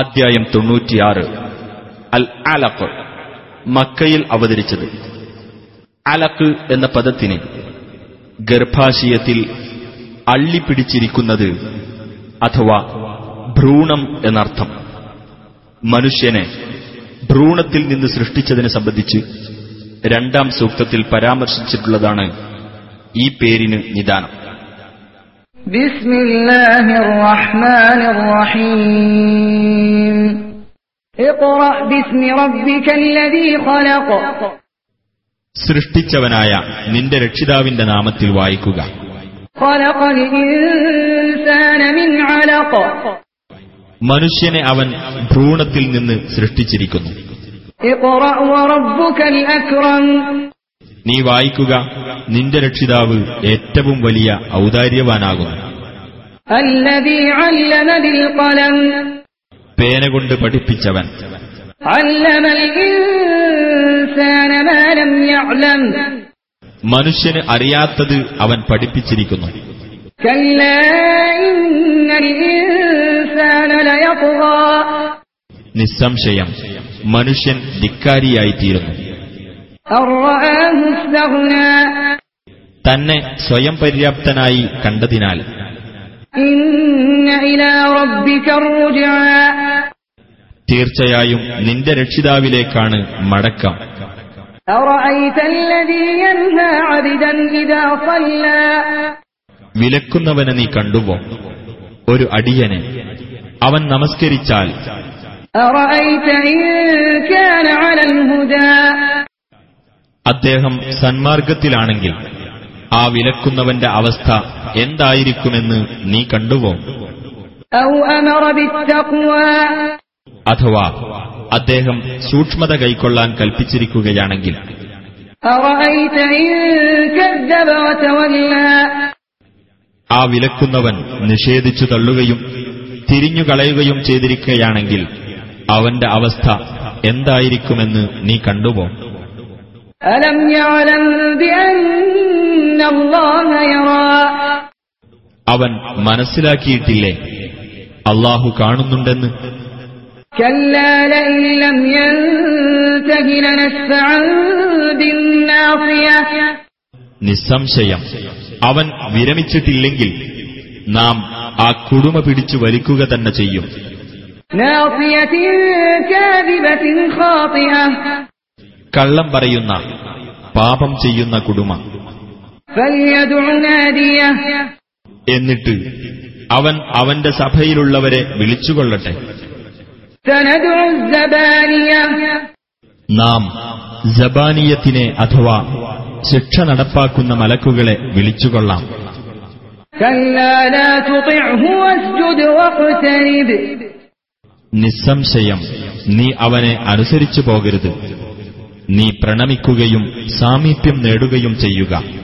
അധ്യായം തൊണ്ണൂറ്റിയാറ് അൽ അലഖ് മക്കയിൽ അവതരിച്ചത് അലഖ് എന്ന പദത്തിന് ഗർഭാശയത്തിൽ അള്ളിപ്പിടിച്ചിരിക്കുന്നത് അഥവാ ഭ്രൂണം എന്നർത്ഥം മനുഷ്യനെ ഭ്രൂണത്തിൽ നിന്ന് സൃഷ്ടിച്ചതിനെ സംബന്ധിച്ച് രണ്ടാം സൂക്തത്തിൽ പരാമർശിച്ചിട്ടുള്ളതാണ് ഈ പേരിന് നിദാനം بسم الله الرحمن الرحيم اقرأ باسم ربك الذي خلق സൃഷ്ടിച്ചവനായ നിന്റെ രക്ഷിതാവിന്റെ നാമത്തിൽ വായിക്കുക خلق الإنسان من علق മനുഷ്യനെ അവൻ ഭ്രൂണത്തിൽ നിന്ന് സൃഷ്ടിച്ചിരിക്കുന്നു اقرأ وربك الأكرم നീ വായിക്കുക നിന്റെ രക്ഷിതാവ് ഏറ്റവും വലിയ ഔദാര്യവാനാകുന്നു الذي علم بالقلم പേന കൊണ്ട് പഠിപ്പിച്ചവൻ علم الإنسان ما لم يعلم മനുഷ്യന് അറിയാത്തത് അവൻ പഠിപ്പിച്ചിരിക്കുന്നു كلا إن الإنسان ليطغى നിസ്സംശയം മനുഷ്യൻ ധിക്കാരിയായിത്തീരുന്നു أن رآه استغنى തന്നെ സ്വയം പര്യാപ്തനായി കണ്ടതിനാൽ إن إلى ربك الرجعى തീർച്ചയായും നിന്റെ രക്ഷിതാവിലേക്കാണ് മടക്കം أرأيت الذي ينهى عبدا إذا صلى വിലക്കുന്നവനെ നീ കണ്ടുവോ ഒരു അടിയനെ അവൻ നമസ്കരിച്ചാൽ أرأيت إن كان على الهدى അദ്ദേഹം സന്മാർഗത്തിലാണെങ്കിൽ ആ വിലക്കുന്നവന്റെ അവസ്ഥ എന്തായിരിക്കുമെന്ന് നീ കണ്ടുവോ أو أمر بالتقوى അഥവാ അദ്ദേഹം സൂക്ഷ്മത കൈക്കൊള്ളാൻ കൽപ്പിച്ചിരിക്കുകയാണെങ്കിൽ أرأيت إن كذب وتولى ആ വിലക്കുന്നവൻ നിഷേധിച്ചു തള്ളുകയും തിരിഞ്ഞുകളയുകയും ചെയ്തിരിക്കുകയാണെങ്കിൽ അവന്റെ അവസ്ഥ എന്തായിരിക്കുമെന്ന് നീ കണ്ടുവോ ألم يعلم بأن الله يرى അവൻ മനസ്സിലാക്കിയിട്ടില്ലേ അള്ളാഹു കാണുന്നുണ്ടെന്ന് كلا لئن لم ينته لنسفعا بالناصية നിസ്സംശയം അവൻ വിരമിച്ചിട്ടില്ലെങ്കിൽ നാം ആ കുടുമ പിടിച്ചു വലിക്കുക തന്നെ ചെയ്യും ناصية كاذبة خاطئة കള്ളം പറയുന്ന പാപം ചെയ്യുന്ന കുടുമ فليدع ناديه എന്നിട്ട് അവൻ അവന്റെ സഭയിലുള്ളവരെ വിളിച്ചുകൊള്ളട്ടെ سندع الزبانية നാം ജബാനിയത്തിനെ അഥവാ ശിക്ഷ നടപ്പാക്കുന്ന മലക്കുകളെ വിളിച്ചുകൊള്ളാം كلا لا تطعه واسجد واقترب നിസ്സംശയം നീ അവനെ അനുസരിച്ചു പോകരുത് നീ പ്രണമിക്കുകയും സാമീപ്യം നേടുകയും ചെയ്യുക